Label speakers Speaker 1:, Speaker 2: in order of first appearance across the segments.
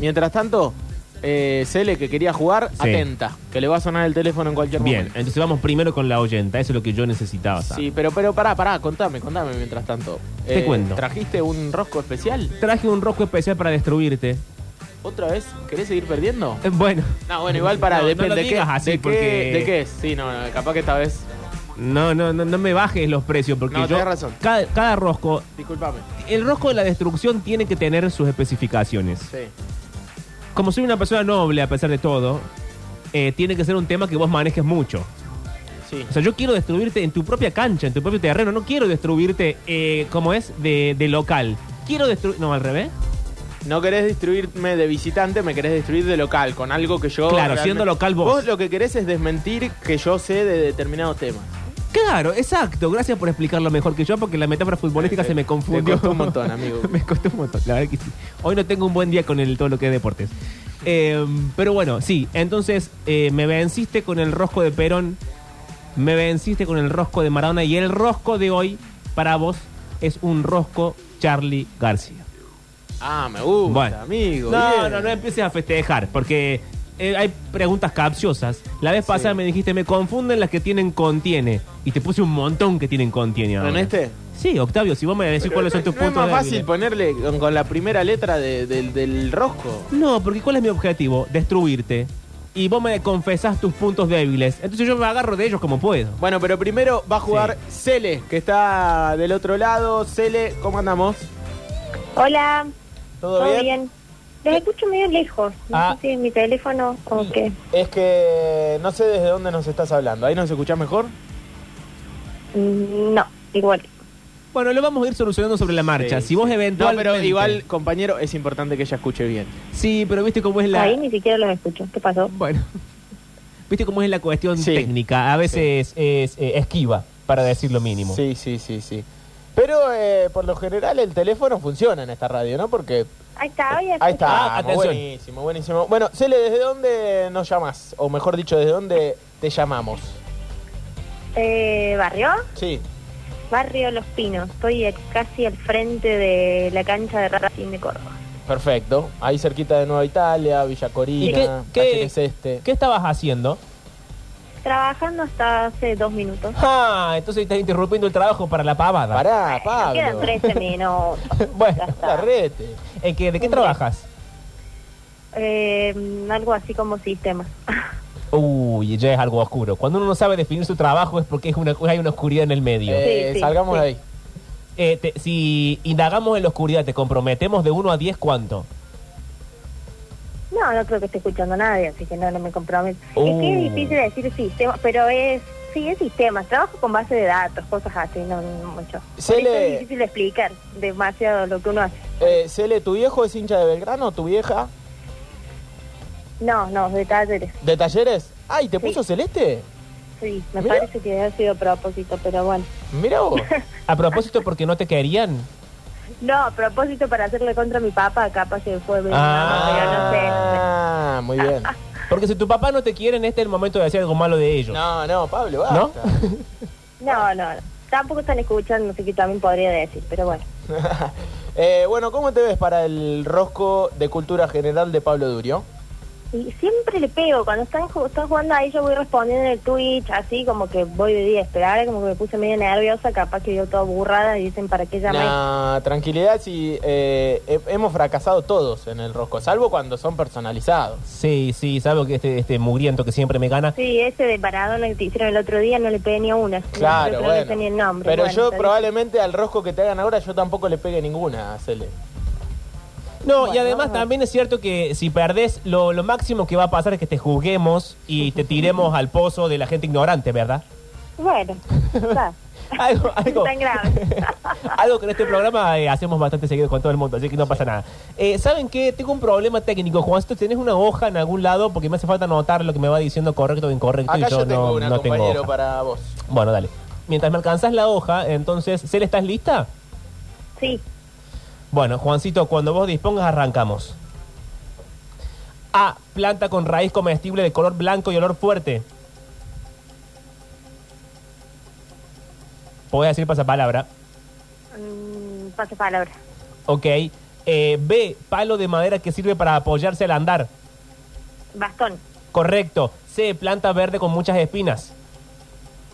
Speaker 1: Mientras tanto, eh, Cele, que quería jugar,
Speaker 2: Sí.
Speaker 1: atenta, que le va a sonar el teléfono en cualquier
Speaker 2: Bien,
Speaker 1: momento.
Speaker 2: este entonces vamos primero con la oyenta, eso es lo que yo necesitaba. saber.
Speaker 1: Sí, pero, pero pará, pará, contame, contame mientras tanto. Eh,
Speaker 2: Te cuento.
Speaker 1: ¿Trajiste un rosco especial?
Speaker 2: Traje un rosco especial para destruirte.
Speaker 1: ¿Otra vez? ¿Querés seguir perdiendo?
Speaker 2: Eh, Bueno,
Speaker 1: No, bueno, igual para,
Speaker 2: No, no
Speaker 1: depende
Speaker 2: lo
Speaker 1: de qué,
Speaker 2: digas así,
Speaker 1: de, qué,
Speaker 2: porque-
Speaker 1: de qué es. Sí, no, no, capaz que esta vez.
Speaker 2: no, no, no, no me bajes los precios porque
Speaker 1: No,
Speaker 2: yo.
Speaker 1: tenés razón.
Speaker 2: Cada, cada rosco,
Speaker 1: Disculpame.
Speaker 2: el rosco de la destrucción tiene que tener sus especificaciones.
Speaker 1: Sí.
Speaker 2: Como soy una persona noble a pesar de todo, eh, tiene que ser un tema que vos manejes mucho.
Speaker 1: Sí.
Speaker 2: O sea, yo quiero destruirte en tu propia cancha, en tu propio terreno. No quiero destruirte, eh, como es, de, de local. Quiero destruir. No, al revés.
Speaker 1: No querés destruirme de visitante, me querés destruir de local, con algo que yo.
Speaker 2: Claro, siendo local vos.
Speaker 1: Vos lo que querés es desmentir que yo sé de determinado tema.
Speaker 2: Claro, exacto. Gracias por explicarlo mejor que yo porque la metáfora futbolística
Speaker 1: Te-
Speaker 2: se me
Speaker 1: te
Speaker 2: confundió.
Speaker 1: costó un montón, amigo.
Speaker 2: me costó un montón, la verdad que sí. Hoy no tengo un buen día con el, todo lo que es deportes. Eh, pero bueno, sí. Entonces, eh, me venciste con el rosco de Perón, me venciste con el rosco de Maradona y el rosco de hoy para vos es un rosco Charlie García.
Speaker 1: Ah, me gusta,
Speaker 2: Bueno.
Speaker 1: amigo.
Speaker 2: No,
Speaker 1: bien.
Speaker 2: no, no empieces a festejar, porque eh, hay preguntas capciosas. La vez pasada me dijiste, me confunden las que tienen contiene. Y te puse un montón que tienen contiene
Speaker 1: ¿En
Speaker 2: ahora.
Speaker 1: este?
Speaker 2: Sí, Octavio, si vos me decís cuáles son tus
Speaker 1: No es
Speaker 2: puntos
Speaker 1: más fácil
Speaker 2: débiles.
Speaker 1: ponerle con, con la primera letra de- del- del rosco.
Speaker 2: No, porque ¿cuál es mi objetivo? Destruirte. Y vos me confesás tus puntos débiles. Entonces yo me agarro de ellos como puedo.
Speaker 1: Bueno, pero primero va a jugar Cele, que está del otro lado. Cele, ¿cómo andamos?
Speaker 3: Hola,
Speaker 1: ¿Todo,
Speaker 3: ¿todo bien? Los escucho medio lejos. No
Speaker 1: Ah.
Speaker 3: sé si es mi teléfono o qué.
Speaker 1: Es que no sé desde dónde nos estás hablando. ¿Ahí nos escuchás mejor?
Speaker 3: Mm, No, igual.
Speaker 2: Bueno, lo vamos a ir solucionando sobre la marcha.
Speaker 1: Sí,
Speaker 2: Si vos
Speaker 1: sí.
Speaker 2: eventualmente...
Speaker 1: No, pero igual, compañero, es importante que ella escuche bien.
Speaker 2: Sí, pero viste cómo es la...
Speaker 3: Ahí ni siquiera los escucho. ¿Qué pasó?
Speaker 2: Bueno. Viste cómo es la cuestión
Speaker 1: Sí.
Speaker 2: técnica. A veces es eh, esquiva, para decir lo mínimo.
Speaker 1: Sí, sí, sí, sí. Pero eh, por lo general el teléfono funciona en esta radio, ¿no? Porque
Speaker 3: Ahí está, ahí
Speaker 1: ahí está.
Speaker 2: Ah, atención.
Speaker 1: buenísimo, buenísimo. Bueno, Cele, ¿desde dónde nos llamás? O mejor dicho, ¿desde dónde te llamamos?
Speaker 3: Eh, ¿Barrio?
Speaker 1: Sí.
Speaker 3: Barrio Los Pinos. Estoy a- casi al frente de la cancha de Racing de Córdoba.
Speaker 1: Perfecto. Ahí cerquita de Nueva Italia, Villa Corina,
Speaker 2: ¿Y qué- qué-
Speaker 1: Talleres Este.
Speaker 2: ¿Qué estabas haciendo?
Speaker 3: Trabajando hasta hace dos minutos.
Speaker 2: Ah, entonces estás interrumpiendo el trabajo para la pavada.
Speaker 1: Pará,
Speaker 3: Me Quedan
Speaker 1: Pablo.
Speaker 3: 13 minutos.
Speaker 2: Bueno,
Speaker 3: Ya
Speaker 1: Ah, La
Speaker 3: está.
Speaker 1: rete.
Speaker 2: Eh, que- ¿De qué
Speaker 3: Hombre.
Speaker 2: trabajas?
Speaker 3: Eh, algo así como sistema.
Speaker 2: Uy, ya es algo oscuro. Cuando uno no sabe definir su trabajo es porque es una, hay una oscuridad en el medio.
Speaker 1: Eh,
Speaker 2: Eh,
Speaker 3: Sí, sí,
Speaker 1: salgamos de
Speaker 3: sí.
Speaker 1: ahí.
Speaker 2: te- si indagamos en la oscuridad, te comprometemos de 1 a 10, ¿cuánto?
Speaker 3: No, no creo que esté escuchando a nadie, así que no, no me comprometo.
Speaker 2: Uh.
Speaker 3: Es que
Speaker 1: Oh.
Speaker 3: es difícil decir sistema, pero es, sí, es sistema. Trabajo con base de datos, cosas así, no, no mucho. Por
Speaker 1: Se
Speaker 3: eso
Speaker 1: le-
Speaker 3: es difícil explicar demasiado lo que uno hace.
Speaker 1: Eh, Cele, ¿tu viejo es hincha de Belgrano? ¿Tu vieja?
Speaker 3: No, no, de talleres.
Speaker 1: ¿De Talleres? Ay, ¿te
Speaker 3: Sí.
Speaker 1: puso celeste?
Speaker 3: Sí, me
Speaker 1: Mira.
Speaker 3: parece que ha sido a propósito, pero bueno.
Speaker 1: Mira vos.
Speaker 2: A propósito, porque no te querían.
Speaker 3: No, a propósito para hacerle contra mi papá, capaz se fue mi mamá, pero no sé.
Speaker 1: Ah, muy bien.
Speaker 2: Porque si tu papá no te quiere, en este es el momento de hacer algo malo de ellos.
Speaker 1: No, no, Pablo,
Speaker 2: ¿No?
Speaker 1: basta.
Speaker 3: No, no, no. Tampoco están escuchando, así que también podría decir, pero bueno.
Speaker 1: Eh, bueno, ¿cómo te ves para el rosco de cultura general de Pablo Durio?
Speaker 3: Y siempre le pego, cuando están, ju- están jugando ahí yo voy respondiendo en el Twitch, así como que voy de día a esperar, como que me puse medio nerviosa, capaz que yo toda burrada y dicen para qué llamé.
Speaker 1: Nah, tranquilidad, si eh, he- hemos fracasado todos en el rosco, salvo cuando son personalizados.
Speaker 2: Sí, sí, sabes que este, este mugriento que siempre me gana.
Speaker 3: Sí, ese de Maradona que te hicieron el otro día no le pegué ni a una.
Speaker 1: Claro,
Speaker 3: no, creo que
Speaker 1: bueno.
Speaker 3: no sé ni el nombre.
Speaker 1: Pero
Speaker 3: Bueno,
Speaker 1: yo
Speaker 3: entonces-
Speaker 1: probablemente al rosco que te hagan ahora yo tampoco le pegue ninguna a Cele.
Speaker 2: No, y
Speaker 3: Bueno,
Speaker 2: además
Speaker 3: vamos a-
Speaker 2: también es cierto que si perdés, lo, lo máximo que va a pasar es que te juzguemos y te tiremos al pozo de la gente ignorante, ¿verdad?
Speaker 3: Bueno, está.
Speaker 2: Algo, algo,
Speaker 3: No es tan grave.
Speaker 2: algo que en este programa eh, hacemos bastante seguido con todo el mundo, así que no pasa nada. Eh, ¿Saben qué? Tengo un problema técnico, Juan. Si tenés una hoja en algún lado, porque me hace falta anotar lo que me va diciendo correcto o incorrecto.
Speaker 1: Acá
Speaker 2: y yo,
Speaker 1: yo tengo
Speaker 2: no,
Speaker 1: una,
Speaker 2: no tengo
Speaker 1: compañero,
Speaker 2: hoja.
Speaker 1: para vos.
Speaker 2: Bueno, dale. Mientras me alcanzás la hoja, entonces, ¿Cel, estás lista?
Speaker 3: Sí,
Speaker 2: Bueno, Juancito, cuando vos dispongas, arrancamos. A. Planta con raíz comestible de color blanco y olor fuerte. Podés decir pasapalabra.
Speaker 3: mm, pase palabra.
Speaker 2: Ok. Eh, B, palo de madera que sirve para apoyarse al andar.
Speaker 3: Bastón.
Speaker 2: Correcto. C, planta verde con muchas espinas.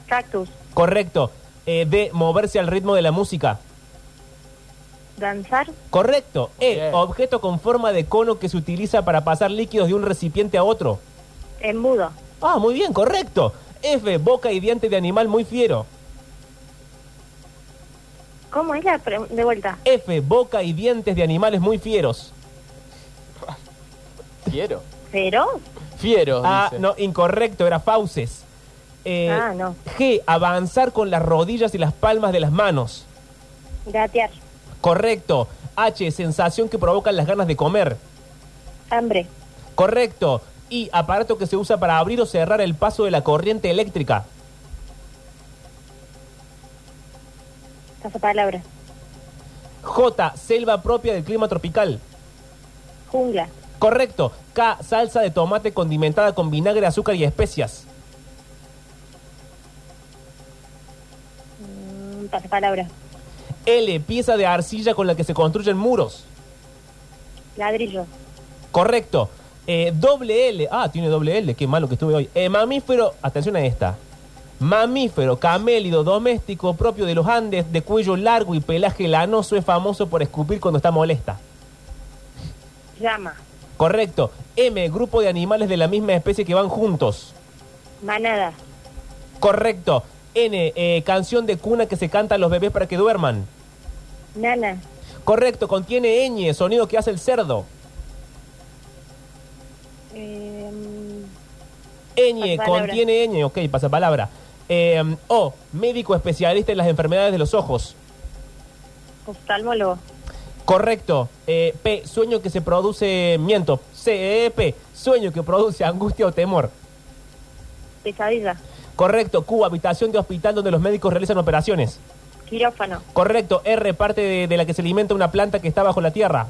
Speaker 3: Cactus.
Speaker 2: Correcto. Eh, D, moverse al ritmo de la música.
Speaker 3: Danzar.
Speaker 2: Correcto. E,
Speaker 1: Bien.
Speaker 2: objeto con forma de cono que se utiliza para pasar líquidos de un recipiente a otro.
Speaker 3: Embudo.
Speaker 2: Ah, muy bien, correcto. F, boca y diente de animal muy fiero.
Speaker 3: ¿Cómo es la pre- de vuelta?
Speaker 2: F, boca y dientes de animales muy fieros.
Speaker 1: Fiero.
Speaker 3: ¿Cero?
Speaker 1: Fiero.
Speaker 2: Ah,
Speaker 1: dice.
Speaker 2: no, incorrecto, era fauces. Eh,
Speaker 3: Ah, no.
Speaker 2: G, avanzar con las rodillas y las palmas de las manos.
Speaker 3: Gatear.
Speaker 2: Correcto. H, sensación que provocan las ganas de comer.
Speaker 3: Hambre.
Speaker 2: Correcto. I, aparato que se usa para abrir o cerrar el paso de la corriente eléctrica.
Speaker 3: Pasapalabra.
Speaker 2: J, selva propia del clima tropical.
Speaker 3: Jungla.
Speaker 2: Correcto. K, salsa de tomate condimentada con vinagre, azúcar y especias.
Speaker 3: Mm, pasapalabra.
Speaker 2: L, pieza de arcilla con la que se construyen muros.
Speaker 3: Ladrillo.
Speaker 2: Correcto. Eh, doble L. Ah, tiene doble L. Qué malo que estuve hoy. Eh, mamífero. Atención a esta. Mamífero camélido doméstico propio de los Andes, de cuello largo y pelaje lanoso, es famoso por escupir cuando está molesta.
Speaker 3: Llama.
Speaker 2: Correcto. M, grupo de animales de la misma especie que van juntos.
Speaker 3: Manada.
Speaker 2: Correcto. N, eh, canción de cuna que se canta a los bebés para que duerman.
Speaker 3: Nana.
Speaker 2: Correcto, contiene ñ, sonido que hace el cerdo.
Speaker 3: Em,
Speaker 2: Ñ,
Speaker 3: Pasapalabra.
Speaker 2: contiene ñ, ok, pasapalabra. Eh, o, médico especialista en las enfermedades de los ojos.
Speaker 3: oftalmólogo.
Speaker 2: Correcto. Eh, P, sueño que se produce, miento, C, eh, P, sueño que produce angustia o temor.
Speaker 3: Pesadilla.
Speaker 2: Correcto. Q, habitación de hospital donde los médicos realizan operaciones.
Speaker 3: Quirófano.
Speaker 2: Correcto. R, parte de, de la que se alimenta una planta que está bajo la tierra.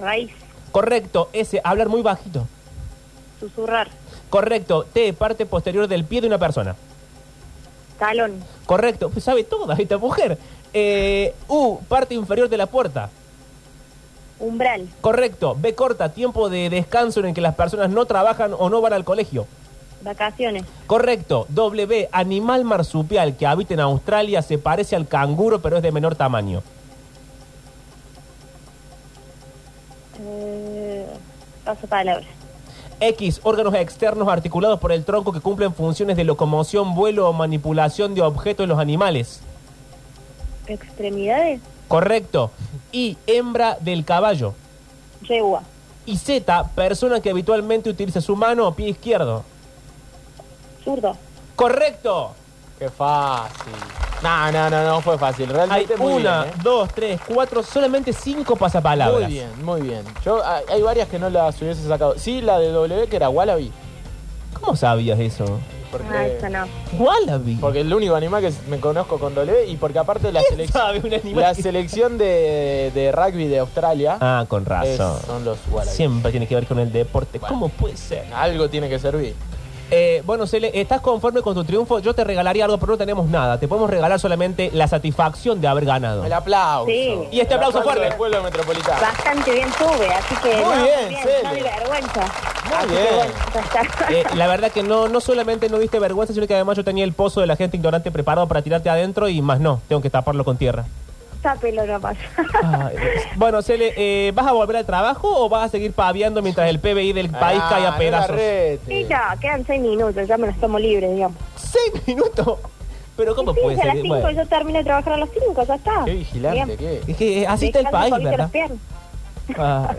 Speaker 3: Raíz.
Speaker 2: Correcto. S, hablar muy bajito.
Speaker 3: Susurrar.
Speaker 2: Correcto. T, parte posterior del pie de una persona.
Speaker 3: Talón.
Speaker 2: Correcto. Pues sabe toda esta mujer. Eh, U, parte inferior de la puerta.
Speaker 3: Umbral.
Speaker 2: Correcto. B corta, tiempo de descanso en el que las personas no trabajan o no van al colegio.
Speaker 3: Vacaciones.
Speaker 2: Correcto. W, animal marsupial que habita en Australia, se parece al canguro pero es de menor tamaño.
Speaker 3: Eh, pasapalabra.
Speaker 2: X, órganos externos articulados por el tronco que cumplen funciones de locomoción, vuelo o manipulación de objetos en los animales.
Speaker 3: Extremidades.
Speaker 2: Correcto. Y, hembra del caballo.
Speaker 3: Yegua.
Speaker 2: Y Z, persona que habitualmente utiliza su mano o pie izquierdo.
Speaker 3: Zurdo.
Speaker 2: Correcto.
Speaker 1: Qué fácil. No, no, no, no fue fácil.
Speaker 2: Hay
Speaker 1: Realmente muy
Speaker 2: una,
Speaker 1: bien, ¿eh?
Speaker 2: dos, tres, cuatro, solamente cinco pasapalabras.
Speaker 1: Muy bien, muy bien. Yo, ah, hay, hay varias que no las hubiese sacado. Sí, la de W, que era Wallaby.
Speaker 2: ¿Cómo sabías eso?
Speaker 1: Porque,
Speaker 3: Ah, esa no.
Speaker 2: Wallaby.
Speaker 1: porque el único animal que me conozco con W y porque aparte la,
Speaker 2: ¿Quién
Speaker 1: selec-
Speaker 2: sabe un animal
Speaker 1: la
Speaker 2: que-
Speaker 1: selección de, de rugby de Australia
Speaker 2: Ah, con
Speaker 1: es-
Speaker 2: razón.
Speaker 1: son los Wallaby.
Speaker 2: Siempre tiene que ver con el deporte.
Speaker 1: Bueno.
Speaker 2: ¿Cómo puede ser?
Speaker 1: Algo tiene que servir.
Speaker 2: Eh, bueno, Cele, ¿estás conforme con tu triunfo? Yo te regalaría algo, pero no tenemos nada. Te podemos regalar solamente la satisfacción de haber ganado.
Speaker 1: El aplauso.
Speaker 3: Sí.
Speaker 2: Y este
Speaker 1: El
Speaker 2: aplauso fuerte.
Speaker 1: del pueblo metropolitano.
Speaker 3: Bastante bien tuve, así que.
Speaker 1: Muy
Speaker 3: no,
Speaker 1: bien,
Speaker 3: no
Speaker 1: Cele.
Speaker 3: de vergüenza.
Speaker 1: Muy
Speaker 3: Así que
Speaker 1: bien.
Speaker 3: bueno, ya está.
Speaker 2: Eh, la verdad que no, no solamente no diste vergüenza, sino que además yo tenía el pozo de la gente ignorante preparado para tirarte adentro y más no, tengo que taparlo con tierra.
Speaker 3: Tápelo nomás.
Speaker 2: Ay, bueno, Cele, eh, ¿vas a volver al trabajo o vas a seguir paviando mientras el PBI del país
Speaker 1: Ah,
Speaker 2: cae
Speaker 1: no
Speaker 2: a
Speaker 1: la
Speaker 2: pedazos?
Speaker 1: rete.
Speaker 3: Sí, ya, quedan seis minutos, ya me los tomo libre, digamos.
Speaker 2: ¡Seis minutos! Pero ¿cómo
Speaker 3: Sí,
Speaker 2: puede
Speaker 3: sí, a
Speaker 2: ser?
Speaker 3: las cinco
Speaker 2: Bueno,
Speaker 3: yo termino de trabajar a las cinco, ya está.
Speaker 1: Qué vigilante,
Speaker 3: Bien.
Speaker 1: qué.
Speaker 2: es que eh, así está el
Speaker 3: Dejando
Speaker 2: país,
Speaker 3: un poquito
Speaker 2: ¿verdad?
Speaker 3: las piernas.
Speaker 2: Ay.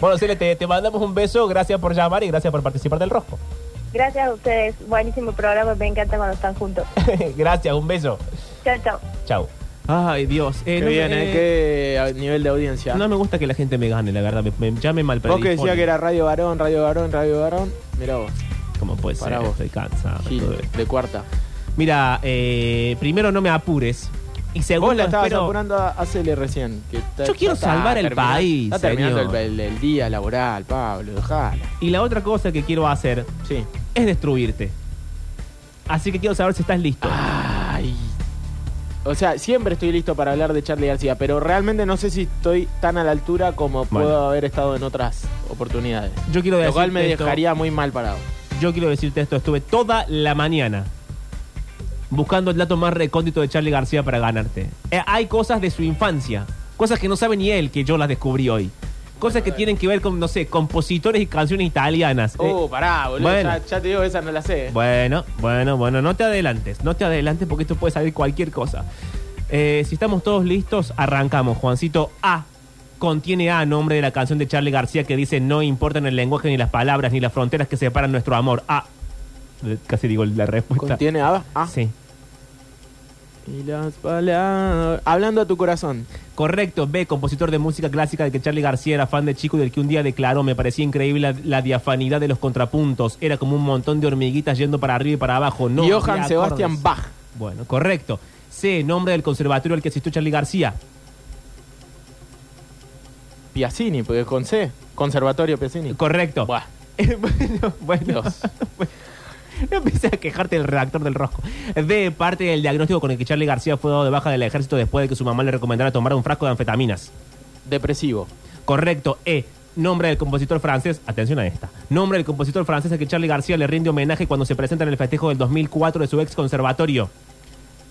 Speaker 2: Bueno, Cele, te, te mandamos un beso, gracias por llamar y gracias por participar del rosco.
Speaker 3: Gracias a ustedes, buenísimo programa, me encanta cuando están juntos.
Speaker 2: gracias, un beso.
Speaker 3: Chao, chao.
Speaker 2: Chau. Ay, Dios. Eh,
Speaker 1: Qué
Speaker 2: no, me-
Speaker 1: bien, ¿eh?
Speaker 2: eh,
Speaker 1: Qué a- nivel de audiencia.
Speaker 2: no me gusta que la gente me gane, la verdad. Me, me- ya me malpredisponen.
Speaker 1: vos que decías que era Radio Varón, Radio Varón, Radio Varón. Mirá vos,
Speaker 2: ¿Cómo puede ser?
Speaker 1: Para vos.
Speaker 2: Estoy cansado. de
Speaker 1: Gil,
Speaker 2: todo esto.
Speaker 1: de cuarta.
Speaker 2: Mira, eh, primero no me apures. Y
Speaker 1: Vos
Speaker 2: segundo,
Speaker 1: la estabas
Speaker 2: espero-
Speaker 1: apurando a a Cele recién. que está-
Speaker 2: Yo quiero
Speaker 1: está
Speaker 2: salvar el
Speaker 1: terminando-
Speaker 2: país,
Speaker 1: Está terminando
Speaker 2: señor.
Speaker 1: el, el- el día laboral, Pablo, dejala.
Speaker 2: Y la otra cosa que quiero hacer
Speaker 1: Sí. Ah.
Speaker 2: es destruirte. Así que quiero saber si estás listo.
Speaker 1: Ay, O sea, siempre estoy listo para hablar de Charlie García, pero realmente no sé si estoy tan a la altura como
Speaker 2: Bueno.
Speaker 1: puedo haber estado en otras oportunidades.
Speaker 2: Yo quiero
Speaker 1: Lo cual
Speaker 2: decirte
Speaker 1: me
Speaker 2: esto.
Speaker 1: dejaría muy mal parado.
Speaker 2: Yo quiero decirte esto, estuve toda la mañana buscando el dato más recóndito de Charlie García para ganarte. Eh, hay cosas de su infancia, cosas que no sabe ni él que yo las descubrí hoy. Cosas que tienen que ver con, no sé, compositores y canciones italianas. Eh,
Speaker 1: Oh, pará, boludo.
Speaker 2: bueno.
Speaker 1: Ya, ya te digo, esa no la sé.
Speaker 2: bueno, bueno, bueno, no te adelantes, no te adelantes porque esto puede salir cualquier cosa. Eh, si estamos todos listos, arrancamos. Juancito A contiene A, nombre de la canción de Charlie García que dice no importan el lenguaje ni las palabras ni las fronteras que separan nuestro amor. A. Eh, Casi digo la respuesta.
Speaker 1: ¿Contiene A? Ah.
Speaker 2: Sí.
Speaker 1: Y las palabras. Hablando a tu corazón.
Speaker 2: Correcto, B, compositor de música clásica de que Charlie García era fan de chico y del que un día declaró, me parecía increíble la, la diafanidad de los contrapuntos, era como un montón de hormiguitas yendo para arriba y para abajo, no. había
Speaker 1: Johann
Speaker 2: acordes".
Speaker 1: Sebastian Bach.
Speaker 2: Bueno, correcto. C, nombre del conservatorio al que asistió Charlie García.
Speaker 1: Piacini, porque con C. Conservatorio Piacini.
Speaker 2: Correcto. Eh,
Speaker 1: Buah.
Speaker 2: bueno, bueno.
Speaker 1: Dios.
Speaker 2: No empecé a quejarte del redactor del rosco. D, parte del diagnóstico con el que Charlie García fue dado de baja del ejército después de que su mamá le recomendara tomar un frasco de anfetaminas.
Speaker 1: Depresivo.
Speaker 2: Correcto, E. Nombre del compositor francés, atención a esta. Nombre del compositor francés a que Charlie García le rinde homenaje cuando se presenta en el festejo del 2004 de su ex conservatorio.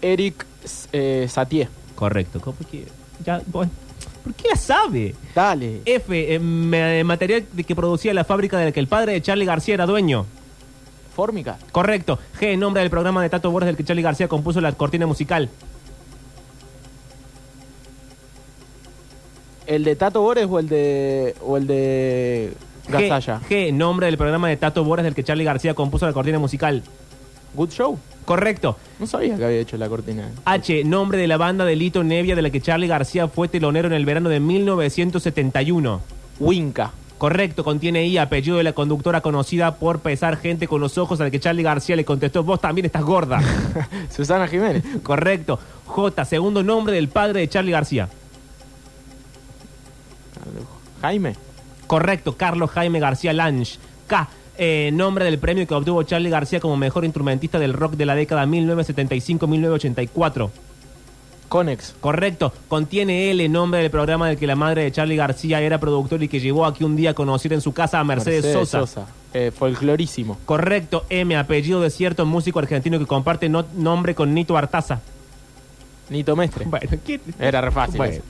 Speaker 1: Eric S- eh, Satie.
Speaker 2: Correcto, ¿cómo que ya, bueno, ¿por qué la sabe?
Speaker 1: Dale.
Speaker 2: F. eh, ma- material de que producía la fábrica de la que el padre de Charlie García era dueño.
Speaker 1: Fórmica.
Speaker 2: Correcto. G. Nombre del programa de Tato Borges del que Charlie García compuso la cortina musical.
Speaker 1: ¿El de Tato Bores o el de. o el de.
Speaker 2: G,
Speaker 1: Gasalla?
Speaker 2: G. Nombre del programa de Tato Borges del que Charlie García compuso la cortina musical.
Speaker 1: Good Show.
Speaker 2: Correcto.
Speaker 1: No sabía que había hecho la cortina. eh.
Speaker 2: H, nombre de la banda de Lito Nevia de la que Charlie García fue telonero en el verano de 1971.
Speaker 1: Winca.
Speaker 2: Correcto, contiene I, apellido de la conductora conocida por pesar gente con los ojos a la que Charlie García le contestó, vos también estás gorda.
Speaker 1: Susana Jiménez.
Speaker 2: Correcto. J, segundo nombre del padre de Charlie García.
Speaker 1: Jaime.
Speaker 2: Correcto, Carlos Jaime García Lange. K, eh, nombre del premio que obtuvo Charlie García como mejor instrumentista del rock de la década 1975-1984.
Speaker 1: Conex.
Speaker 2: Correcto, contiene L, nombre del programa del que la madre de Charlie García era productor y que llevó a que un día conociera en su casa a Mercedes, Sosa.
Speaker 1: Eh, folclorísimo.
Speaker 2: Correcto, M, apellido de cierto músico argentino que comparte no- nombre con Nito Artaza.
Speaker 1: Nito Mestre.
Speaker 2: Bueno, ¿quién,
Speaker 1: Era re fácil.
Speaker 2: Bueno.
Speaker 1: ese.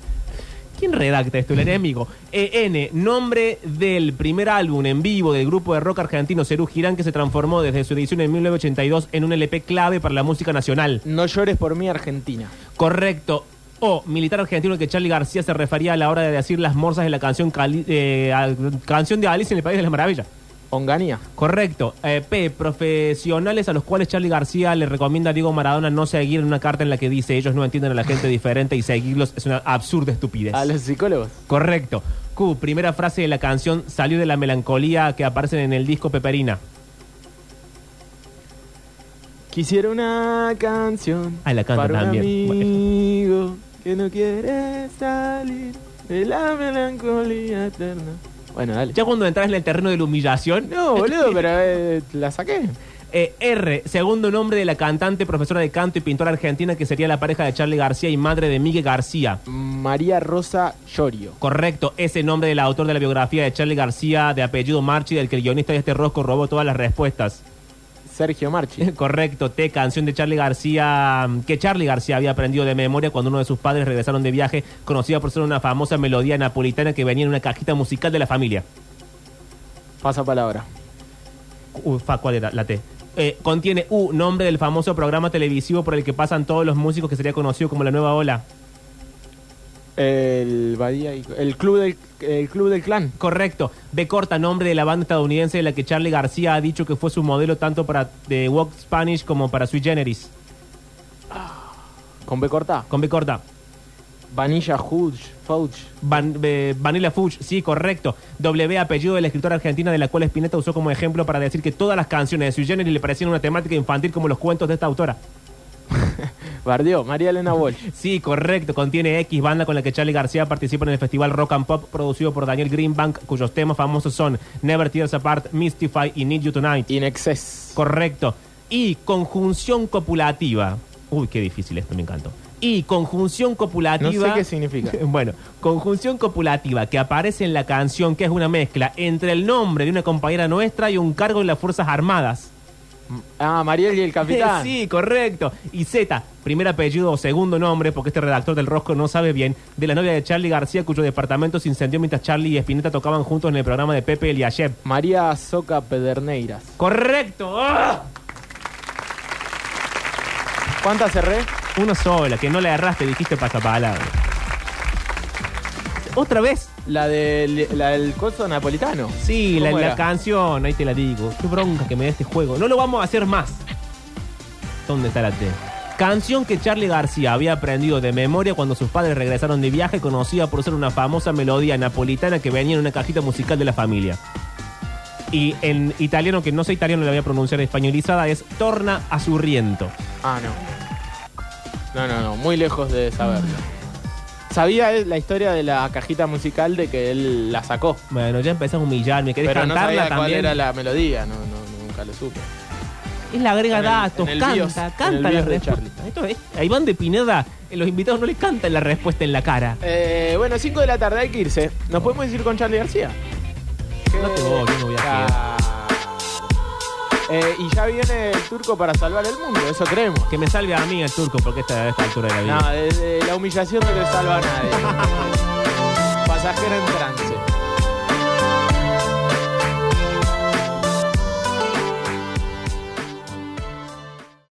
Speaker 2: quién redacta esto? El enemigo. E, N, nombre del primer álbum en vivo del grupo de rock argentino Cerú Girán que se transformó desde su edición en 1982 en un LP clave para la música nacional.
Speaker 1: No llores por mí, Argentina.
Speaker 2: Correcto. O, militar argentino al que Charlie García se refería a la hora de decir las morsas de la canción, Cali- eh, al- canción de Alice en el País de las Maravillas.
Speaker 1: Onganía.
Speaker 2: Correcto. Eh, P, profesionales a los cuales Charlie García le recomienda a Diego Maradona no seguir en una carta en la que dice ellos no entienden a la gente diferente y seguirlos es una absurda estupidez.
Speaker 1: A los psicólogos.
Speaker 2: Correcto. Q, primera frase de la canción salió de la melancolía que aparece en el disco Peperina.
Speaker 1: Quisiera una canción.
Speaker 2: Ah, la canta
Speaker 1: para
Speaker 2: también.
Speaker 1: Un
Speaker 2: Bueno.
Speaker 1: amigo que no quiere salir de la melancolía eterna. Bueno, dale.
Speaker 2: Ya cuando entras en el terreno de la humillación,
Speaker 1: No, boludo, pero eh, la saqué.
Speaker 2: Eh, R, segundo nombre de la cantante, profesora de canto y pintora argentina que sería la pareja de Charlie García y madre de Miguel García.
Speaker 1: María Rosa Llorio.
Speaker 2: Correcto, ese nombre del autor de la biografía de Charlie García, de apellido Marchi, del que el guionista de este rosco robó todas las respuestas.
Speaker 1: Sergio
Speaker 2: Eh.
Speaker 1: Marchi.
Speaker 2: Correcto, T, canción de Charlie García, mm, que Charlie García había aprendido de memoria cuando uno de sus padres regresaron de viaje, conocida por ser una famosa melodía napolitana que venía en una cajita musical de la familia.
Speaker 1: Pasa palabra.
Speaker 2: Ufa, ¿cuál era? La T. Eh, contiene U, nombre del famoso programa televisivo por el que pasan todos los músicos que sería conocido como La Nueva Ola.
Speaker 1: El Badía y- el club del el club del clan.
Speaker 2: Correcto. B corta, nombre de la banda estadounidense de la que Charlie García ha dicho que fue su modelo tanto para The Walk Spanish como para Sui Generis.
Speaker 1: Con B corta.
Speaker 2: Con B corta.
Speaker 1: Vanilla Fudge. Fudge.
Speaker 2: Van- eh, Vanilla Fudge, sí, correcto. W, apellido de la escritora argentina de la cual Spinetta usó como ejemplo para decir que todas las canciones de Sui Generis le parecían una temática infantil como los cuentos de esta autora.
Speaker 1: Bardeó. María Elena Walsh.
Speaker 2: Sí, correcto. Contiene X, banda con la que Charlie García participa en el festival Rock and Pop producido por Daniel Greenbank, cuyos temas famosos son Never Tears Apart, Mystify y Need You Tonight.
Speaker 1: In Excess.
Speaker 2: Correcto. Y conjunción copulativa. Uy, qué difícil esto, me encantó. Y conjunción
Speaker 1: No
Speaker 2: copulativa.
Speaker 1: sé qué significa.
Speaker 2: Bueno, conjunción copulativa que aparece en la canción, que es una mezcla entre el nombre de una compañera nuestra y un cargo en las Fuerzas Armadas.
Speaker 1: Ah, Mariel y el capitán.
Speaker 2: Sí, correcto. Y Z, primer apellido o segundo nombre, porque este redactor del Rosco no sabe bien, de la novia de Charlie García, cuyo departamento se incendió mientras Charlie y Espineta tocaban juntos en el programa de Pepe Eliashev.
Speaker 1: María Soca Pederneiras.
Speaker 2: ¡Correcto! ¡Ah!
Speaker 1: ¿Cuántas cerré?
Speaker 2: Uno sola, que no le agarraste, dijiste pasapalabra. ¿Otra vez?
Speaker 1: La del, la del coso napolitano.
Speaker 2: Sí, la,
Speaker 1: ¿Cómo
Speaker 2: la
Speaker 1: era?
Speaker 2: canción, ahí te la digo. Qué bronca que me da este juego. No lo vamos a hacer más. ¿Dónde está la T? Canción que Charlie García había aprendido de memoria cuando sus padres regresaron de viaje, conocida por ser una famosa melodía napolitana que venía en una cajita musical de la familia. Y en italiano, que no sé italiano, la voy a pronunciar españolizada, es Torna a Surriento.
Speaker 1: Ah, no. No, no, no, muy lejos de saberlo. Sabía él la historia de la cajita musical de que él la sacó,
Speaker 2: Bueno, ya empezás a humillarme. ¿Querés
Speaker 1: pero no
Speaker 2: cantarla
Speaker 1: sabía cuál
Speaker 2: también?
Speaker 1: era la melodía, no, no, nunca lo supe.
Speaker 2: Es la agrega
Speaker 1: En el-
Speaker 2: datos,
Speaker 1: en el
Speaker 2: canta,
Speaker 1: BIOS, en el
Speaker 2: canta la
Speaker 1: BIOS de
Speaker 2: respuesta. Esto es, a Iván de Pineda, eh, los invitados no le cantan la respuesta en la cara.
Speaker 1: Eh, bueno, 5 de la tarde hay que irse. ¿Nos podemos ir con Charlie García?
Speaker 2: No te voy, yo me voy a
Speaker 1: Ah. Eh, y ya viene el turco para salvar el mundo, eso creemos.
Speaker 2: Que me salve a mí el turco, porque esta, a esta altura de la vida.
Speaker 1: No, desde la humillación no le salva a nadie. Pasajero en trance.